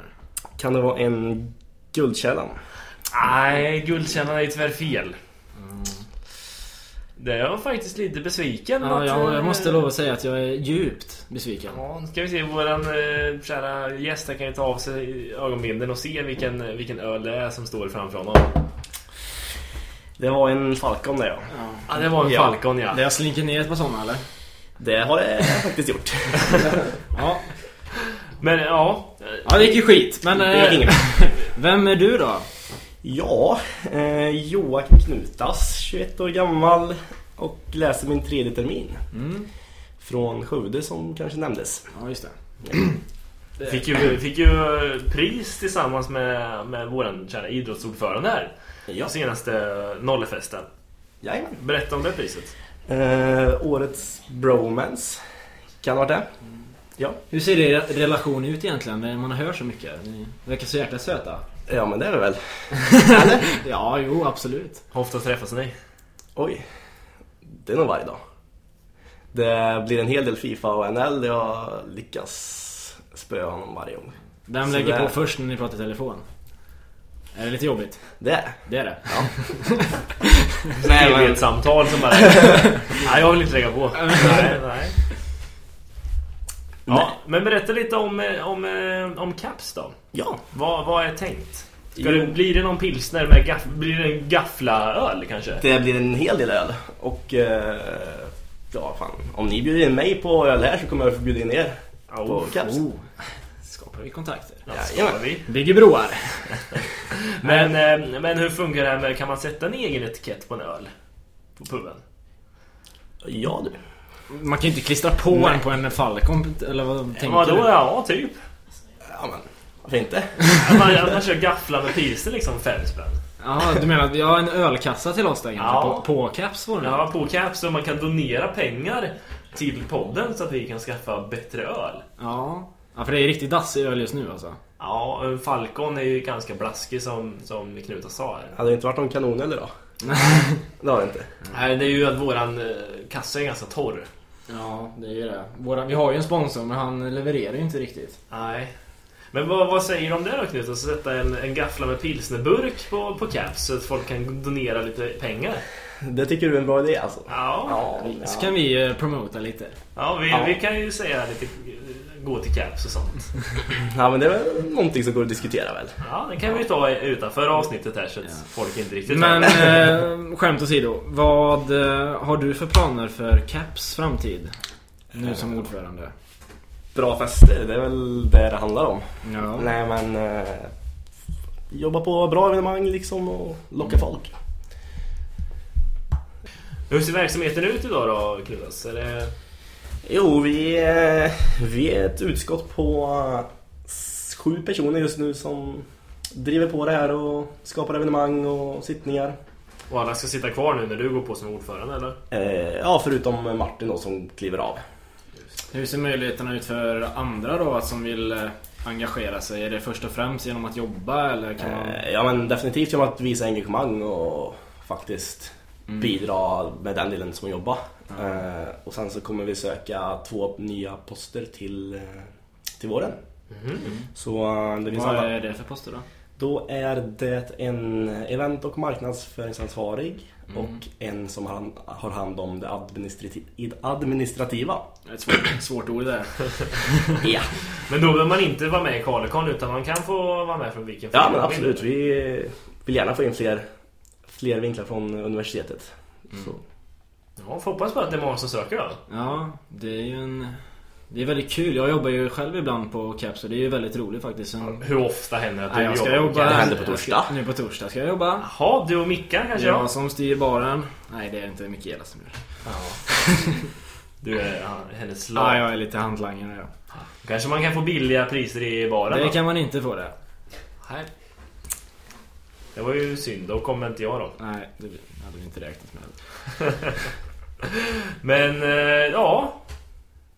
[SPEAKER 4] Kan det vara en Guldkällan?
[SPEAKER 2] Nej, guldkällan är ju tyvärr fel. Det är jag faktiskt lite besviken.
[SPEAKER 3] Ja,
[SPEAKER 2] att,
[SPEAKER 3] jag, jag
[SPEAKER 2] eh,
[SPEAKER 3] måste lova att säga att jag är djupt besviken.
[SPEAKER 2] Ja, nu ska vi se. Våran eh, kära gäst här kan ju ta av sig ögonbindeln och se vilken, vilken öl det är som står framför honom.
[SPEAKER 4] Det var en Falcon det ja.
[SPEAKER 2] Ja, det var en
[SPEAKER 4] Ja.
[SPEAKER 2] Falcon ja.
[SPEAKER 3] Det jag slinker ner ett par sådana eller?
[SPEAKER 4] Det har jag faktiskt gjort.
[SPEAKER 3] Ja.
[SPEAKER 2] Men ja, eh,
[SPEAKER 3] ja, det gick ju skit. Men
[SPEAKER 4] Det gick
[SPEAKER 3] eh,
[SPEAKER 4] inget.
[SPEAKER 3] vem är du då?
[SPEAKER 4] Ja, eh, Joakim Knutas, 21 år gammal och läser min tredje termin. Från Skövde som kanske nämndes.
[SPEAKER 3] Ja, just det.
[SPEAKER 2] fick ju, fick ju eh, pris tillsammans med, med våran kära idrottsordförande här.
[SPEAKER 4] Ja.
[SPEAKER 2] Senaste nollefesten.
[SPEAKER 4] Jajamän.
[SPEAKER 2] Berätta om det priset.
[SPEAKER 4] Eh, årets bromance. Kan ha varit det. Ja.
[SPEAKER 3] Hur ser er relation ut egentligen? när Man hör så mycket. Ni verkar så jäkla söta.
[SPEAKER 4] ja, men det är det väl.
[SPEAKER 3] Ja, jo, absolut.
[SPEAKER 2] Hur ofta träffas ni?
[SPEAKER 4] Oj. Det är nog varje dag. Det blir en hel del Fifa och NL där jag lyckas spöa honom varje gång.
[SPEAKER 3] Vem
[SPEAKER 4] Så
[SPEAKER 3] lägger
[SPEAKER 4] där.
[SPEAKER 3] på först när ni pratar i telefon? Är det lite jobbigt?
[SPEAKER 4] Det är
[SPEAKER 3] Det är det.
[SPEAKER 4] Nej, men-
[SPEAKER 2] ett samtal som bara... nej, jag vill inte lägga på. nej, nej. Ja, men berätta lite om, eh, om, eh, om Caps då.
[SPEAKER 4] Ja.
[SPEAKER 2] Vad, vad är tänkt? Ska
[SPEAKER 4] Jo.
[SPEAKER 2] det, blir det någon pilsner med gaff, blir det en gafflaöl kanske?
[SPEAKER 4] Det blir en hel del öl. Och eh, ja, fan. Om ni bjuder in mig på öl här så kommer jag att bjuda in er
[SPEAKER 2] Ja,
[SPEAKER 4] på
[SPEAKER 2] oh,
[SPEAKER 4] Caps.
[SPEAKER 3] Oh. Skapar vi kontakter?
[SPEAKER 2] Ja,
[SPEAKER 4] Jajamän.
[SPEAKER 2] ska vi.
[SPEAKER 3] Bygger broar.
[SPEAKER 2] Men, eh, men hur funkar det här med, kan man sätta en egen etikett på en öl? På puben?
[SPEAKER 4] Ja du.
[SPEAKER 3] Man kan ju inte klistra på en på en Falcon. Eller vad tänker
[SPEAKER 2] Vadå?
[SPEAKER 3] du?
[SPEAKER 2] Ja, typ.
[SPEAKER 4] Ja men, varför inte?
[SPEAKER 2] Att man, att man kör gaffla med pilsner liksom, fem spänn.
[SPEAKER 3] Ja, du menar att vi har en ölkassa till oss där kanske?
[SPEAKER 2] Ja.
[SPEAKER 3] På, på Caps var det
[SPEAKER 2] Ja, på Caps så man kan donera pengar till podden så att vi kan skaffa bättre öl.
[SPEAKER 3] ja. Ja, för det är riktigt dassig öl just nu alltså.
[SPEAKER 2] Ja, en Falcon är ju ganska blaskig som, som Knuta sa här.
[SPEAKER 4] Hade det inte varit någon kanon eller då? det har det inte.
[SPEAKER 2] Nej, det är ju att våran eh, kassa är ganska torr.
[SPEAKER 3] Ja, det är ju det. Våra, vi har ju en sponsor men han levererar ju inte riktigt.
[SPEAKER 2] Nej. Men vad, vad säger du om det då Knut? Att sätta en, en gaffla med pilsnerburk på, på Caps så att folk kan donera lite pengar?
[SPEAKER 4] Det tycker du är en bra idé alltså?
[SPEAKER 2] Ja,
[SPEAKER 3] Så kan vi eh, promota lite.
[SPEAKER 2] ja, vi,
[SPEAKER 4] Ja.
[SPEAKER 2] vi kan ju säga lite eh, gå till Caps och sånt.
[SPEAKER 3] Mm.
[SPEAKER 4] Ja men det är väl någonting som går att diskutera väl?
[SPEAKER 2] Ja, det kan vi ju ta utanför avsnittet här så att folk inte riktigt
[SPEAKER 3] Men eh, skämt åsido. Vad eh, har du för planer för Caps framtid?
[SPEAKER 4] Eh.
[SPEAKER 3] Nu som ordförande.
[SPEAKER 4] Bra fester, det är väl det det handlar om.
[SPEAKER 3] Ja.
[SPEAKER 4] Nej men... Eh, jobba på bra evenemang liksom och locka folk.
[SPEAKER 2] Hur ser verksamheten ut idag då Knutas? Är det
[SPEAKER 4] Jo, vi är, vi är ett utskott på sju personer just nu som driver på det här och skapar evenemang och sittningar.
[SPEAKER 2] Och alla ska sitta kvar nu när du går på som ordförande eller?
[SPEAKER 4] Eh, ja, förutom Martin då som kliver av.
[SPEAKER 3] Hur ser möjligheterna ut för andra då att som vill eh, engagera sig? Är det först och främst genom att jobba eller kan man...
[SPEAKER 4] Eh, ja, men definitivt genom att visa engagemang och faktiskt
[SPEAKER 2] Mm.
[SPEAKER 4] bidra med den delen som jobbar. Eh, och sen så kommer vi söka två nya poster till, eh, till våren.
[SPEAKER 2] Mm.
[SPEAKER 4] Så eh, det finns
[SPEAKER 3] Vad
[SPEAKER 4] alla-
[SPEAKER 3] är det för poster då?
[SPEAKER 4] Då är det en event och marknadsföringsansvarig
[SPEAKER 2] Mm.
[SPEAKER 4] och en som har, har hand om det administrati- administrativa.
[SPEAKER 3] Ett svårt, svårt ord där.
[SPEAKER 4] Ja,
[SPEAKER 2] Men då behöver man inte vara med i Carlecon utan man kan få vara med från vilken
[SPEAKER 4] ja
[SPEAKER 2] förening
[SPEAKER 4] men
[SPEAKER 2] man
[SPEAKER 4] absolut.
[SPEAKER 2] vill.
[SPEAKER 4] Vi vill gärna få in fler, fler vinklar från universitetet. Så.
[SPEAKER 2] Ja, får hoppas på att det är många som söker då.
[SPEAKER 3] Ja, det är ju en... Det är väldigt kul. Jag jobbar ju själv ibland på CAP så det är ju väldigt roligt faktiskt. Sen...
[SPEAKER 2] Hur ofta händer det att
[SPEAKER 3] Nej,
[SPEAKER 2] du
[SPEAKER 3] jag ska
[SPEAKER 2] jobbar
[SPEAKER 3] jobba...
[SPEAKER 4] Det händer på
[SPEAKER 3] jag ska-
[SPEAKER 4] torsdag.
[SPEAKER 3] Nu på torsdag ska jag jobba.
[SPEAKER 2] Jaha, du och Mickan
[SPEAKER 3] Det
[SPEAKER 2] kanske?
[SPEAKER 3] är
[SPEAKER 2] Ja.
[SPEAKER 3] jag som styr baren. Nej, det är inte Mikaela som gör det.
[SPEAKER 2] Du är ja, hennes slav.
[SPEAKER 3] Ja, jag är lite hantlangare ja.
[SPEAKER 2] Kanske man kan få billiga priser i baren
[SPEAKER 3] Det
[SPEAKER 2] då?
[SPEAKER 3] kan man inte få det.
[SPEAKER 2] Nej. Det var ju synd, då kommer inte jag då.
[SPEAKER 3] Nej, det hade vi inte räknat med.
[SPEAKER 2] Men eh, ja,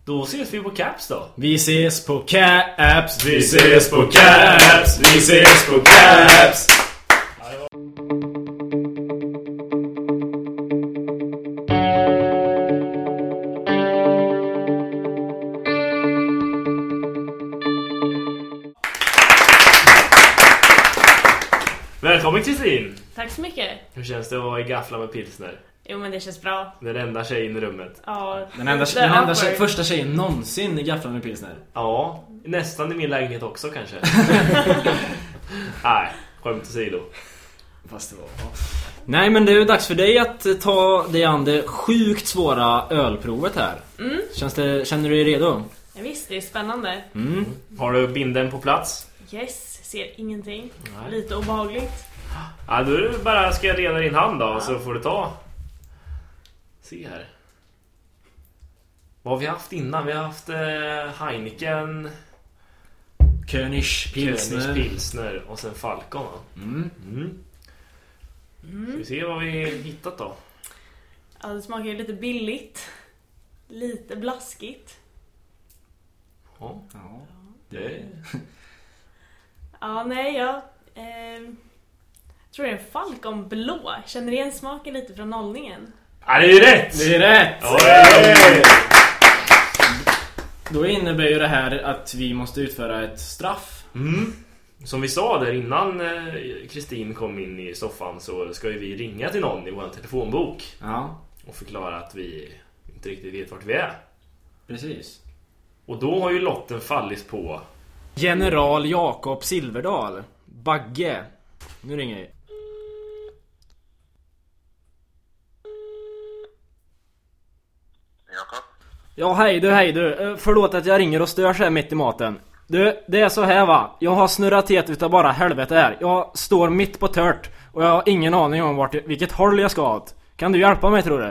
[SPEAKER 2] då ses vi på Caps då.
[SPEAKER 3] Vi ses på Caps!
[SPEAKER 2] Vi ses på Caps! Vi ses på Caps! Välkommen Kristin!
[SPEAKER 6] Tack så mycket.
[SPEAKER 2] Hur känns det att vara i gaffla med pilsner?
[SPEAKER 6] Jo men det känns bra.
[SPEAKER 2] Den enda tjejen i rummet.
[SPEAKER 6] Ja,
[SPEAKER 3] Den enda,
[SPEAKER 6] det är
[SPEAKER 3] den enda
[SPEAKER 6] awkward.
[SPEAKER 3] tje, första tjejen någonsin i gafflar med pilsner.
[SPEAKER 2] Ja, nästan i min lägenhet också kanske. Nej, skämt åsido.
[SPEAKER 3] Fast det var... Nej men det är ju dags för dig att eh, ta dig an det sjukt svåra ölprovet här. Känns det, känner du dig redo?
[SPEAKER 6] Ja, visst, det är spännande.
[SPEAKER 2] Har du binden på plats?
[SPEAKER 6] Yes, ser ingenting.
[SPEAKER 2] Nej.
[SPEAKER 6] Lite obehagligt.
[SPEAKER 2] Ja, då är det bara ska jag leda din hand då, så får du ta. Se här. Vad har vi haft innan? Vi har haft eh, Heineken,
[SPEAKER 3] König
[SPEAKER 2] Pilsner. Pilsner och sen Falcon va?
[SPEAKER 3] Mm.
[SPEAKER 2] Mm. Ska vi se vad vi hittat då?
[SPEAKER 6] Ja, det smakar ju lite billigt. Lite blaskigt.
[SPEAKER 2] Ja,
[SPEAKER 3] Ja.
[SPEAKER 2] det...
[SPEAKER 6] Ja, nej, jag eh, tror det är en Falcon blå. Känner igen smaken lite från nollningen.
[SPEAKER 2] Ja, det är ju rätt!
[SPEAKER 3] Det är rätt!
[SPEAKER 2] Oj!
[SPEAKER 3] Då innebär ju det här att vi måste utföra ett straff.
[SPEAKER 2] Mm. Som vi sa där innan eh, Kristin kom in i soffan så ska ju vi ringa till någon i vår telefonbok
[SPEAKER 3] Ja,
[SPEAKER 2] och förklara att vi inte riktigt vet vart vi är.
[SPEAKER 3] precis.
[SPEAKER 2] Och då har ju lotten fallit på...
[SPEAKER 3] General Jakob Silverdal. Bagge. Nu ringer vi.
[SPEAKER 7] Jakob?
[SPEAKER 3] Ja hej du, hej du. Eh, Förlåt att jag ringer och stör så här mitt i maten. Du, det är så här va. Jag har snurrat helt utav bara helvete här. Jag står mitt på tört och jag har ingen aning om vart, vilket håll jag ska åt. Kan du hjälpa mig tror du?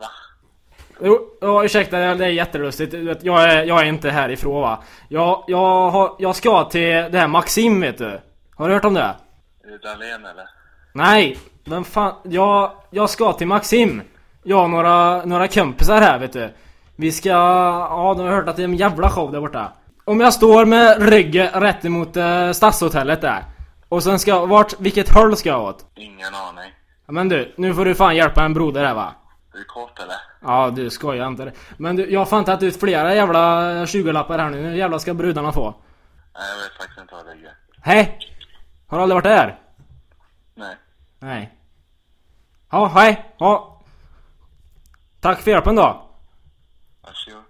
[SPEAKER 7] Va?
[SPEAKER 3] Jo, ja, ursäkta det är jättelustigt. Du vet, Jag är, jag är inte härifrån va. Jag, jag, har, jag ska till det här Maxim vet du. Har du hört om det?
[SPEAKER 7] Är det Dahlén eller?
[SPEAKER 3] Nej! Vem fan... Jag, jag ska till Maxim! Jag och några, några kompisar här vet du. Vi ska... Ja, de har hört att det är en jävla show där borta. Om jag står med ryggen rätt emot eh, Stadshotellet där. Och sen ska jag... Vart... Vilket håll ska jag åt?
[SPEAKER 7] Ingen aning.
[SPEAKER 3] Ja, Men du, nu får du fan hjälpa en broder här va?
[SPEAKER 7] Du är kort eller?
[SPEAKER 3] Ja du skojar inte. Men du, jag har fan tagit ut flera jävla 20-lappar här nu. Nu jävlar ska brudarna få.
[SPEAKER 7] Nej, jag vet faktiskt inte var det ligger.
[SPEAKER 3] Hej! Har du aldrig varit där?
[SPEAKER 7] Nej.
[SPEAKER 3] Nej. Ja, hej! Ja. Tack för hjälpen då.
[SPEAKER 7] Varsågod.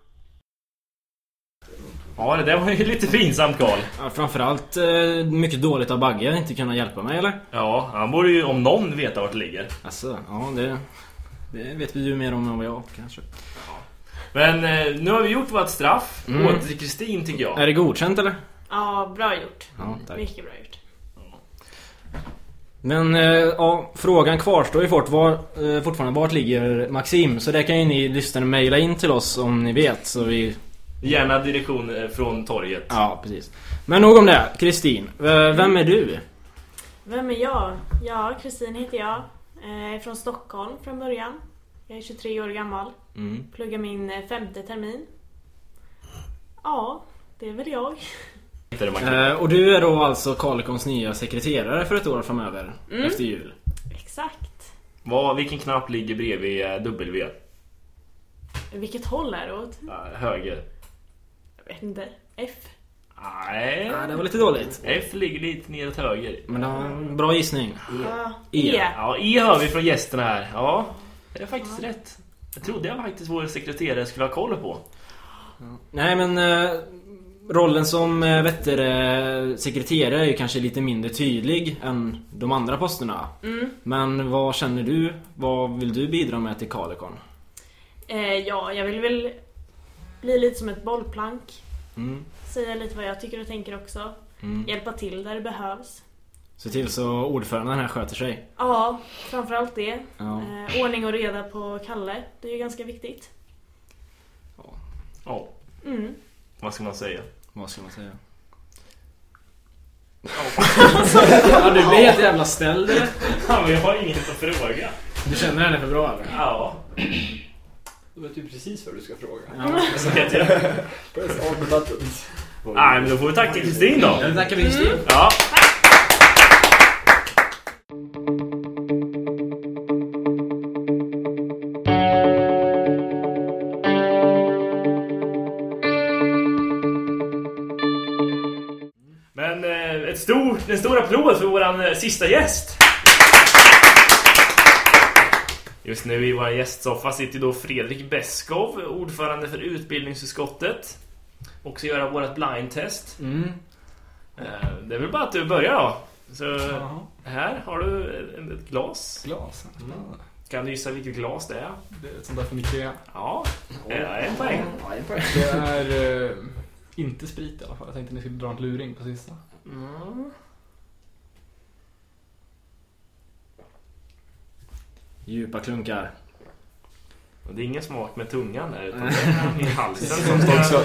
[SPEAKER 2] Ja, det där var ju lite pinsamt Karl.
[SPEAKER 3] Ja, framförallt eh, mycket dåligt av Bagge inte kunna hjälpa mig eller?
[SPEAKER 2] Ja, han borde ju om någon veta vart det ligger.
[SPEAKER 3] Alltså, ja det... Det vet vi ju mer om än vad jag kanske.
[SPEAKER 2] Men eh, nu har vi gjort vårt straff.
[SPEAKER 3] Mm.
[SPEAKER 2] Åter till Kristin tycker jag.
[SPEAKER 3] Är det godkänt eller?
[SPEAKER 6] Ja, bra gjort.
[SPEAKER 3] Ja, tack.
[SPEAKER 6] Mycket bra gjort.
[SPEAKER 3] Men eh, ja, frågan kvarstår ju fort, var, eh, fortfarande. Vart ligger Maxim? Så det kan ju ni lyssnare mejla in till oss om ni vet. Så vi...
[SPEAKER 2] Gärna direktion eh, från torget.
[SPEAKER 3] Ja, precis. Men nog om det. Kristin. Eh, vem är du?
[SPEAKER 6] Vem är jag? Ja, Kristin heter jag. Eh, från Stockholm från början. Jag är 23 år gammal.
[SPEAKER 3] Mm.
[SPEAKER 6] Pluggar min eh, femte termin. Ja, det är väl jag.
[SPEAKER 2] Heter det, Max.
[SPEAKER 3] Eh, och du är då alltså Carlikons nya sekreterare för ett år framöver.
[SPEAKER 6] Mm.
[SPEAKER 3] Efter jul.
[SPEAKER 6] Exakt.
[SPEAKER 2] Vad, vilken knapp ligger bredvid eh, W?
[SPEAKER 6] Vilket håll är det åt?
[SPEAKER 2] Eh, höger?
[SPEAKER 6] Jag vet inte. F.
[SPEAKER 2] Nej.
[SPEAKER 3] Ja, det var lite dåligt.
[SPEAKER 2] F ligger lite ner åt höger.
[SPEAKER 3] Men det var en bra gissning.
[SPEAKER 6] Ja.
[SPEAKER 3] E.
[SPEAKER 6] E.
[SPEAKER 2] Ja, E hör vi från gästerna här. Ja, det är faktiskt rätt. Jag trodde jag faktiskt vår sekreterare skulle ha koll på.
[SPEAKER 3] Nej men eh, rollen som eh, vet du, det, sekreterare är ju kanske lite mindre tydlig än de andra posterna. Men vad känner du? Vad vill du bidra med till Calicon?
[SPEAKER 6] Eh, ja, jag vill väl bli lite som ett bollplank.
[SPEAKER 3] Mm.
[SPEAKER 6] Säga lite vad jag tycker och tänker också.
[SPEAKER 3] Mm.
[SPEAKER 6] Hjälpa till där det behövs.
[SPEAKER 3] Se till så ordföranden här sköter sig.
[SPEAKER 6] Ja, framförallt det.
[SPEAKER 3] Ja.
[SPEAKER 6] Eh, ordning och reda på Kalle. Det är ju ganska viktigt.
[SPEAKER 2] Ja,
[SPEAKER 6] Mm.
[SPEAKER 2] vad ska man säga?
[SPEAKER 3] Vad ska man säga? ja, du blir helt jävla ställd
[SPEAKER 2] Ja, men jag har inget att fråga.
[SPEAKER 3] Du känner henne för bra eller?
[SPEAKER 2] Ja,
[SPEAKER 8] Du vet ju precis vad du ska fråga.
[SPEAKER 3] Ja.
[SPEAKER 2] så heter jag.
[SPEAKER 8] Press all the buttons.
[SPEAKER 2] Nej, men då får vi tacka Kristin då.
[SPEAKER 3] Nu tackar vi Kristin.
[SPEAKER 2] Ja. Men eh, ett stort, en stor applåd för våran eh, sista gäst! Just nu i vår gästsoffa sitter då Fredrik Beskov, ordförande för utbildningsutskottet. Och ska göra vårt blindtest.
[SPEAKER 3] Mm.
[SPEAKER 2] Eh, Det är väl bara att du börjar då. Så
[SPEAKER 8] Jaha,
[SPEAKER 2] här har du eh, en- ett glas. Mm.
[SPEAKER 8] glas. Ja,
[SPEAKER 2] Kan du gissa vilket glas det är?
[SPEAKER 8] Det är ett sånt där från Ikea.
[SPEAKER 2] Ja, eh, en poäng.
[SPEAKER 8] Det är eh, inte sprit i alla fall. Jag tänkte ni skulle dra en luring på sista.
[SPEAKER 3] Djupa klunkar.
[SPEAKER 2] Och Det är ingen smak med tungan där utan det är i halsen som ska...
[SPEAKER 8] Också.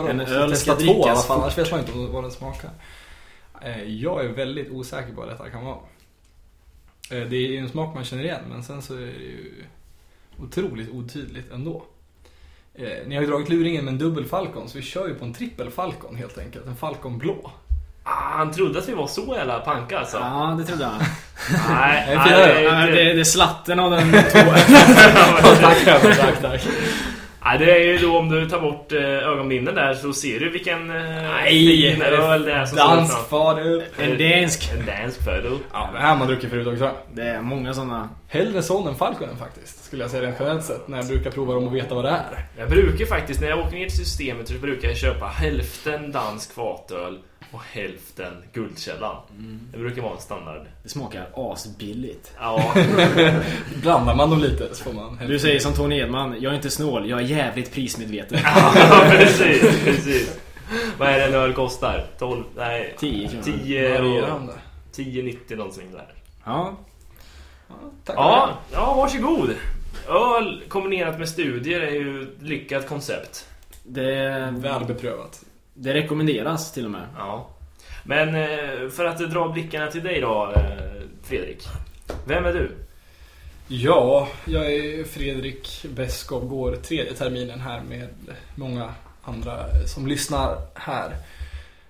[SPEAKER 3] En
[SPEAKER 8] en
[SPEAKER 3] öl
[SPEAKER 8] öl
[SPEAKER 3] ska
[SPEAKER 8] ska två i alla
[SPEAKER 3] drickas
[SPEAKER 8] fall, annars vet man inte vad den smakar. Eh, Jag är väldigt osäker på vad detta kan vara. Eh, Det är ju en smak man känner igen, men sen så är det ju otroligt otydligt ändå. Eh, Ni har ju dragit luringen med en dubbel falcon, så vi kör ju på en trippel falcon helt enkelt. En falcon blå.
[SPEAKER 2] Ah, han trodde att vi var så jävla panka alltså.
[SPEAKER 3] Ja, det trodde jag.
[SPEAKER 2] Nej,
[SPEAKER 8] Det är
[SPEAKER 2] nej,
[SPEAKER 8] finare.
[SPEAKER 2] det är
[SPEAKER 3] Ah. Nej,
[SPEAKER 2] inte-
[SPEAKER 3] det, det är slatten av den tåren.
[SPEAKER 8] tack, tack, tack.
[SPEAKER 2] Nej, det är ju då om du tar bort eh, ögonbindeln där så ser du vilken eh,
[SPEAKER 3] Nej,
[SPEAKER 2] fin öl det är som
[SPEAKER 8] Dansk
[SPEAKER 2] står
[SPEAKER 8] far upp.
[SPEAKER 2] framför.
[SPEAKER 3] En dansk.
[SPEAKER 2] En dansk födel.
[SPEAKER 8] Ja, det här har man druckit förut också.
[SPEAKER 3] Det är många sådana.
[SPEAKER 8] Hellre sån än falconen faktiskt, skulle jag säga rent generellt sett. När jag brukar prova dem och veta vad det är.
[SPEAKER 2] Jag brukar faktiskt, när jag åker ner till systemet så brukar jag köpa hälften dansk fatöl och hälften guldkällan. Det brukar vara en standard.
[SPEAKER 3] Det smakar asbilligt.
[SPEAKER 2] Ja,
[SPEAKER 8] Blandar man dem lite så får man...
[SPEAKER 3] Du säger som Tony Edman, jag är inte snål, jag är jävligt prismedveten.
[SPEAKER 2] precis, precis. Vad är det en öl kostar? 12? Nej,
[SPEAKER 3] 10 kronor.
[SPEAKER 2] 10 euro. 10,90 någonting där.
[SPEAKER 3] Ja.
[SPEAKER 8] Tack
[SPEAKER 2] Ja, ja, varsågod. Öl kombinerat med studier är ju ett lyckat koncept.
[SPEAKER 3] Det,
[SPEAKER 8] Välbeprövat.
[SPEAKER 3] det rekommenderas till och med.
[SPEAKER 2] Ja. Men eh, för att dra blickarna till dig då, eh, Fredrik. Vem är du?
[SPEAKER 8] Ja, jag är Fredrik Beskov, går tredje terminen här med många andra som lyssnar här.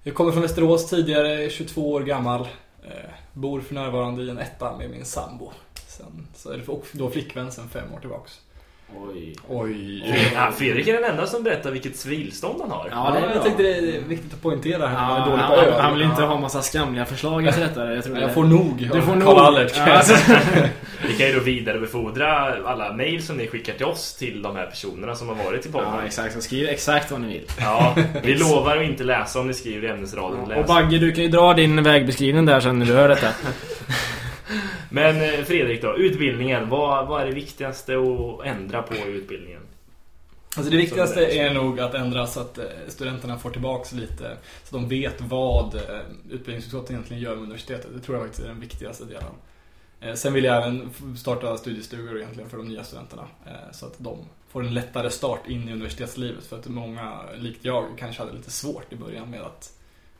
[SPEAKER 8] Jag kommer från Västerås tidigare, är 22 år gammal. eh, Bor för närvarande i en etta med min sambo. Sen, så är det, och då flickvän sen fem år tillbaks.
[SPEAKER 3] Oj.
[SPEAKER 8] Oj.
[SPEAKER 2] Ja, Fredrik är den enda som berättar vilket civilstånd han har.
[SPEAKER 3] Ja, det är
[SPEAKER 8] jag
[SPEAKER 3] bra.
[SPEAKER 8] tyckte det är viktigt att poängtera här
[SPEAKER 3] Ja,
[SPEAKER 8] när man är
[SPEAKER 3] han,
[SPEAKER 8] dålig på
[SPEAKER 3] han,
[SPEAKER 8] öl.
[SPEAKER 3] han vill inte ha massa skamliga förslag efter detta. Jag tror
[SPEAKER 8] Jag
[SPEAKER 3] det.
[SPEAKER 8] får nog
[SPEAKER 3] Du får
[SPEAKER 8] av
[SPEAKER 3] nog.
[SPEAKER 8] Karl-Alec.
[SPEAKER 3] Ja, alltså.
[SPEAKER 2] Vi kan ju då vidarebefordra alla mejl som ni skickar till oss till de här personerna som har varit i
[SPEAKER 3] Ja,
[SPEAKER 2] podden.
[SPEAKER 3] exakt. Så skriv exakt vad ni vill.
[SPEAKER 2] Ja, vi lovar att inte läsa om ni skriver i ämnesraden.
[SPEAKER 3] Och
[SPEAKER 2] Läs.
[SPEAKER 3] Bagge, du kan ju dra din vägbeskrivning där sen när du hör detta.
[SPEAKER 2] Men eh, Fredrik då, utbildningen. Vad, vad är det viktigaste att ändra på i utbildningen?
[SPEAKER 8] Alltså det viktigaste är nog att ändra så att eh, studenterna får tillbaks lite så att de vet vad eh, utbildningsutskottet egentligen gör med universitetet. Det tror jag faktiskt är den viktigaste delen. Eh, Sen vill jag även f- starta studiestugor egentligen för de nya studenterna eh, så att de får en lättare start in i universitetslivet för att många, likt jag, kanske hade lite svårt i början med att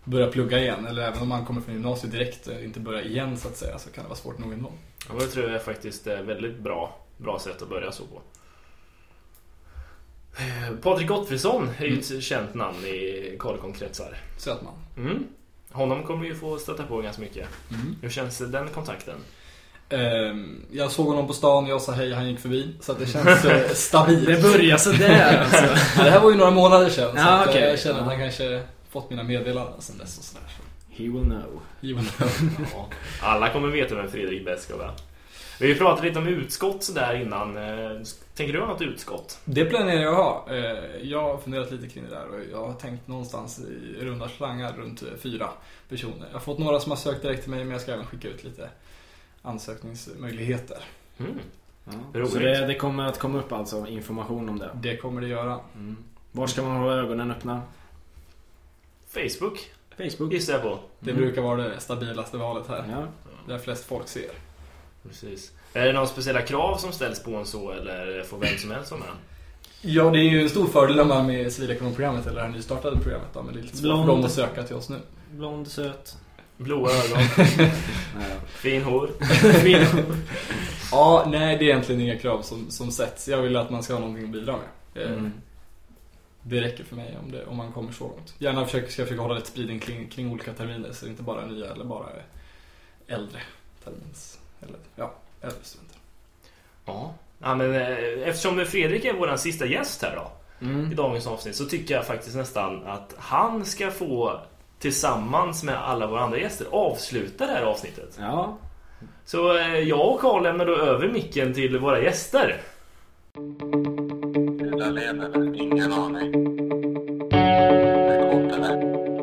[SPEAKER 8] börja plugga igen eller även om man kommer från gymnasiet direkt eh, inte börja igen så att säga så kan det vara svårt nog ändå.
[SPEAKER 2] Ja, men det tror jag är faktiskt är väldigt bra, bra sätt att börja så på. Eh, Patrik Gottfridsson är ju ett känt namn i Karlkom-kretsar.
[SPEAKER 8] Så att man.
[SPEAKER 2] Mm. Honom kommer vi ju få stöta på ganska mycket. Hur känns den kontakten?
[SPEAKER 8] Ehm, Jag såg honom på stan, jag sa hej, han gick förbi. Så att det känns eh, stabilt.
[SPEAKER 3] Det börjar sådär alltså.
[SPEAKER 8] Ja, det här var ju några månader sedan. så
[SPEAKER 3] Ja,
[SPEAKER 8] att, eh,
[SPEAKER 3] okej.
[SPEAKER 8] jag känner att
[SPEAKER 3] Ja.
[SPEAKER 8] han kanske fått mina meddelanden sen dess och sådär.
[SPEAKER 3] He will know.
[SPEAKER 8] Given.
[SPEAKER 2] Ja. Alla kommer veta vem Fredrik Beskow är. Vi pratade lite om utskott sådär innan. Eh, Tänker du ha något utskott?
[SPEAKER 8] Det planerar jag att ha. Eh, Jag har funderat lite kring det där och jag har tänkt någonstans i runda slangar runt eh, fyra personer. Jag har fått några som har sökt direkt till mig men jag ska även skicka ut lite ansökningsmöjligheter.
[SPEAKER 2] Mm.
[SPEAKER 3] Ja.
[SPEAKER 2] Roligt.
[SPEAKER 3] Så det, det kommer att komma upp alltså information om det.
[SPEAKER 8] Det kommer det göra.
[SPEAKER 3] Mm. Var ska man hålla ögonen öppna?
[SPEAKER 2] Facebook
[SPEAKER 3] Facebook?
[SPEAKER 2] gissar jag på.
[SPEAKER 8] Det
[SPEAKER 3] Mm.
[SPEAKER 8] brukar vara det stabilaste valet här.
[SPEAKER 3] Ja.
[SPEAKER 8] Där flest folk ser.
[SPEAKER 2] Precis. Är det några speciella krav som ställs på en så eller får vem som helst vara med?
[SPEAKER 8] Ja, det är ju en stor fördel när man är med i civilekonomprogrammet eller det här nystartade programmet då, men det är lite svårt för
[SPEAKER 3] Blond.
[SPEAKER 8] dem att söka till oss nu.
[SPEAKER 3] Blond, söt.
[SPEAKER 2] Blåa ögon,
[SPEAKER 3] Nej,
[SPEAKER 2] fin hår.
[SPEAKER 8] Ja, nej det är egentligen inga krav som, som sätts. Jag vill att man ska ha någonting att bidra med. Eh,
[SPEAKER 3] Mm.
[SPEAKER 8] Det räcker för mig om, det, om man kommer så långt. Gärna försöker, ska jag försöka hålla lite spridning kring, kring olika terminer så det inte bara är nya eller bara är äldre termins... Eller ja, äldre studenter.
[SPEAKER 2] Ja. Ja, men, eh, eftersom Fredrik är vår sista gäst här då, i
[SPEAKER 3] Mm.
[SPEAKER 2] dagens avsnitt, så tycker jag faktiskt nästan att han ska få tillsammans med alla våra andra gäster avsluta det här avsnittet.
[SPEAKER 3] Ja.
[SPEAKER 2] Så eh, jag och Karl lämnar då över micken till våra gäster.
[SPEAKER 7] Är det Dahlén eller? Ingen aning. Är du kåt eller?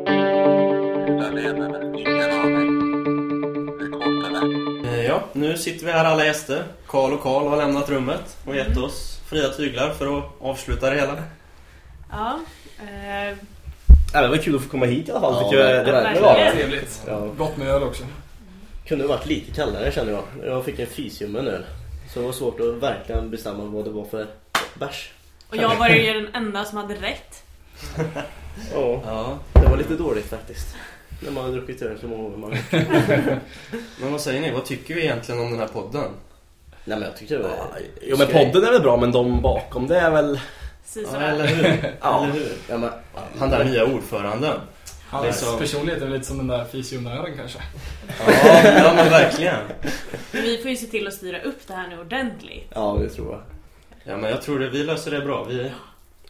[SPEAKER 7] Är det Dahlén eller? Ingen aning. Är du kåt eller?
[SPEAKER 4] Eh, Ja, nu sitter vi här alla gäster. Karl och Karl har lämnat rummet och gett oss fria tyglar för att avsluta det hela.
[SPEAKER 6] Ja. Eh,
[SPEAKER 5] Ja, det var kul att få komma hit i alla fall.
[SPEAKER 4] Ja,
[SPEAKER 5] tycker jag. Det
[SPEAKER 4] verkligen.
[SPEAKER 5] verkar vara.
[SPEAKER 8] Trevligt.
[SPEAKER 4] Ja,
[SPEAKER 8] Gott med öl också.
[SPEAKER 4] kunde ha varit lite kallare känner jag. Jag fick en fysium med en öl. Så det var svårt att verkligen bestämma vad det var för bärs.
[SPEAKER 6] och jag var ju den enda som hade rätt.
[SPEAKER 4] Ja,
[SPEAKER 9] Ja,
[SPEAKER 4] det var lite dåligt faktiskt. När man har druckit öl så många gånger. Man... Nej
[SPEAKER 9] men vad säger ni? Vad tycker vi egentligen om den här podden?
[SPEAKER 4] men jag tyckte det var...
[SPEAKER 5] Jo men podden är väl bra men de bakom det är väl...
[SPEAKER 4] Ja,
[SPEAKER 6] Sisådär.
[SPEAKER 4] eller hur?
[SPEAKER 5] Ja.
[SPEAKER 4] Eller hur? Ja, men...
[SPEAKER 9] Han där nya ordföranden.
[SPEAKER 8] Hans
[SPEAKER 9] Det är så-
[SPEAKER 8] personlighet är väl lite som den där fysiumnören kanske.
[SPEAKER 9] Ja, ja men verkligen.
[SPEAKER 6] Men vi får ju se till att styra upp det här nu ordentligt.
[SPEAKER 4] ja det tror jag.
[SPEAKER 9] Ja, men jag tror det, vi löser det bra. Vi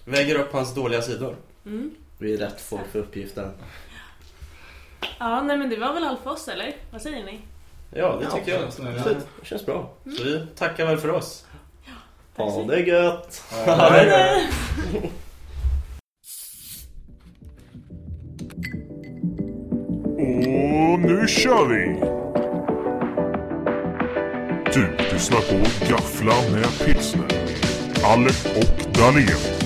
[SPEAKER 9] väger upp hans dåliga sidor.
[SPEAKER 6] Mm.
[SPEAKER 4] Vi är rätt folk för uppgiften.
[SPEAKER 6] Ja, nej men det var väl allt för oss eller? Vad säger ni?
[SPEAKER 9] Ja, det
[SPEAKER 4] Ja,
[SPEAKER 9] tycker jag.
[SPEAKER 8] absolut.
[SPEAKER 9] Absolut.
[SPEAKER 4] Det känns bra.
[SPEAKER 9] Så vi tackar väl för oss.
[SPEAKER 6] Tack så
[SPEAKER 4] Ha
[SPEAKER 6] mycket.
[SPEAKER 4] det gött!
[SPEAKER 1] Och nu kör vi! Du lyssnar på Gaffla med pilsner. Alec och Dahlén.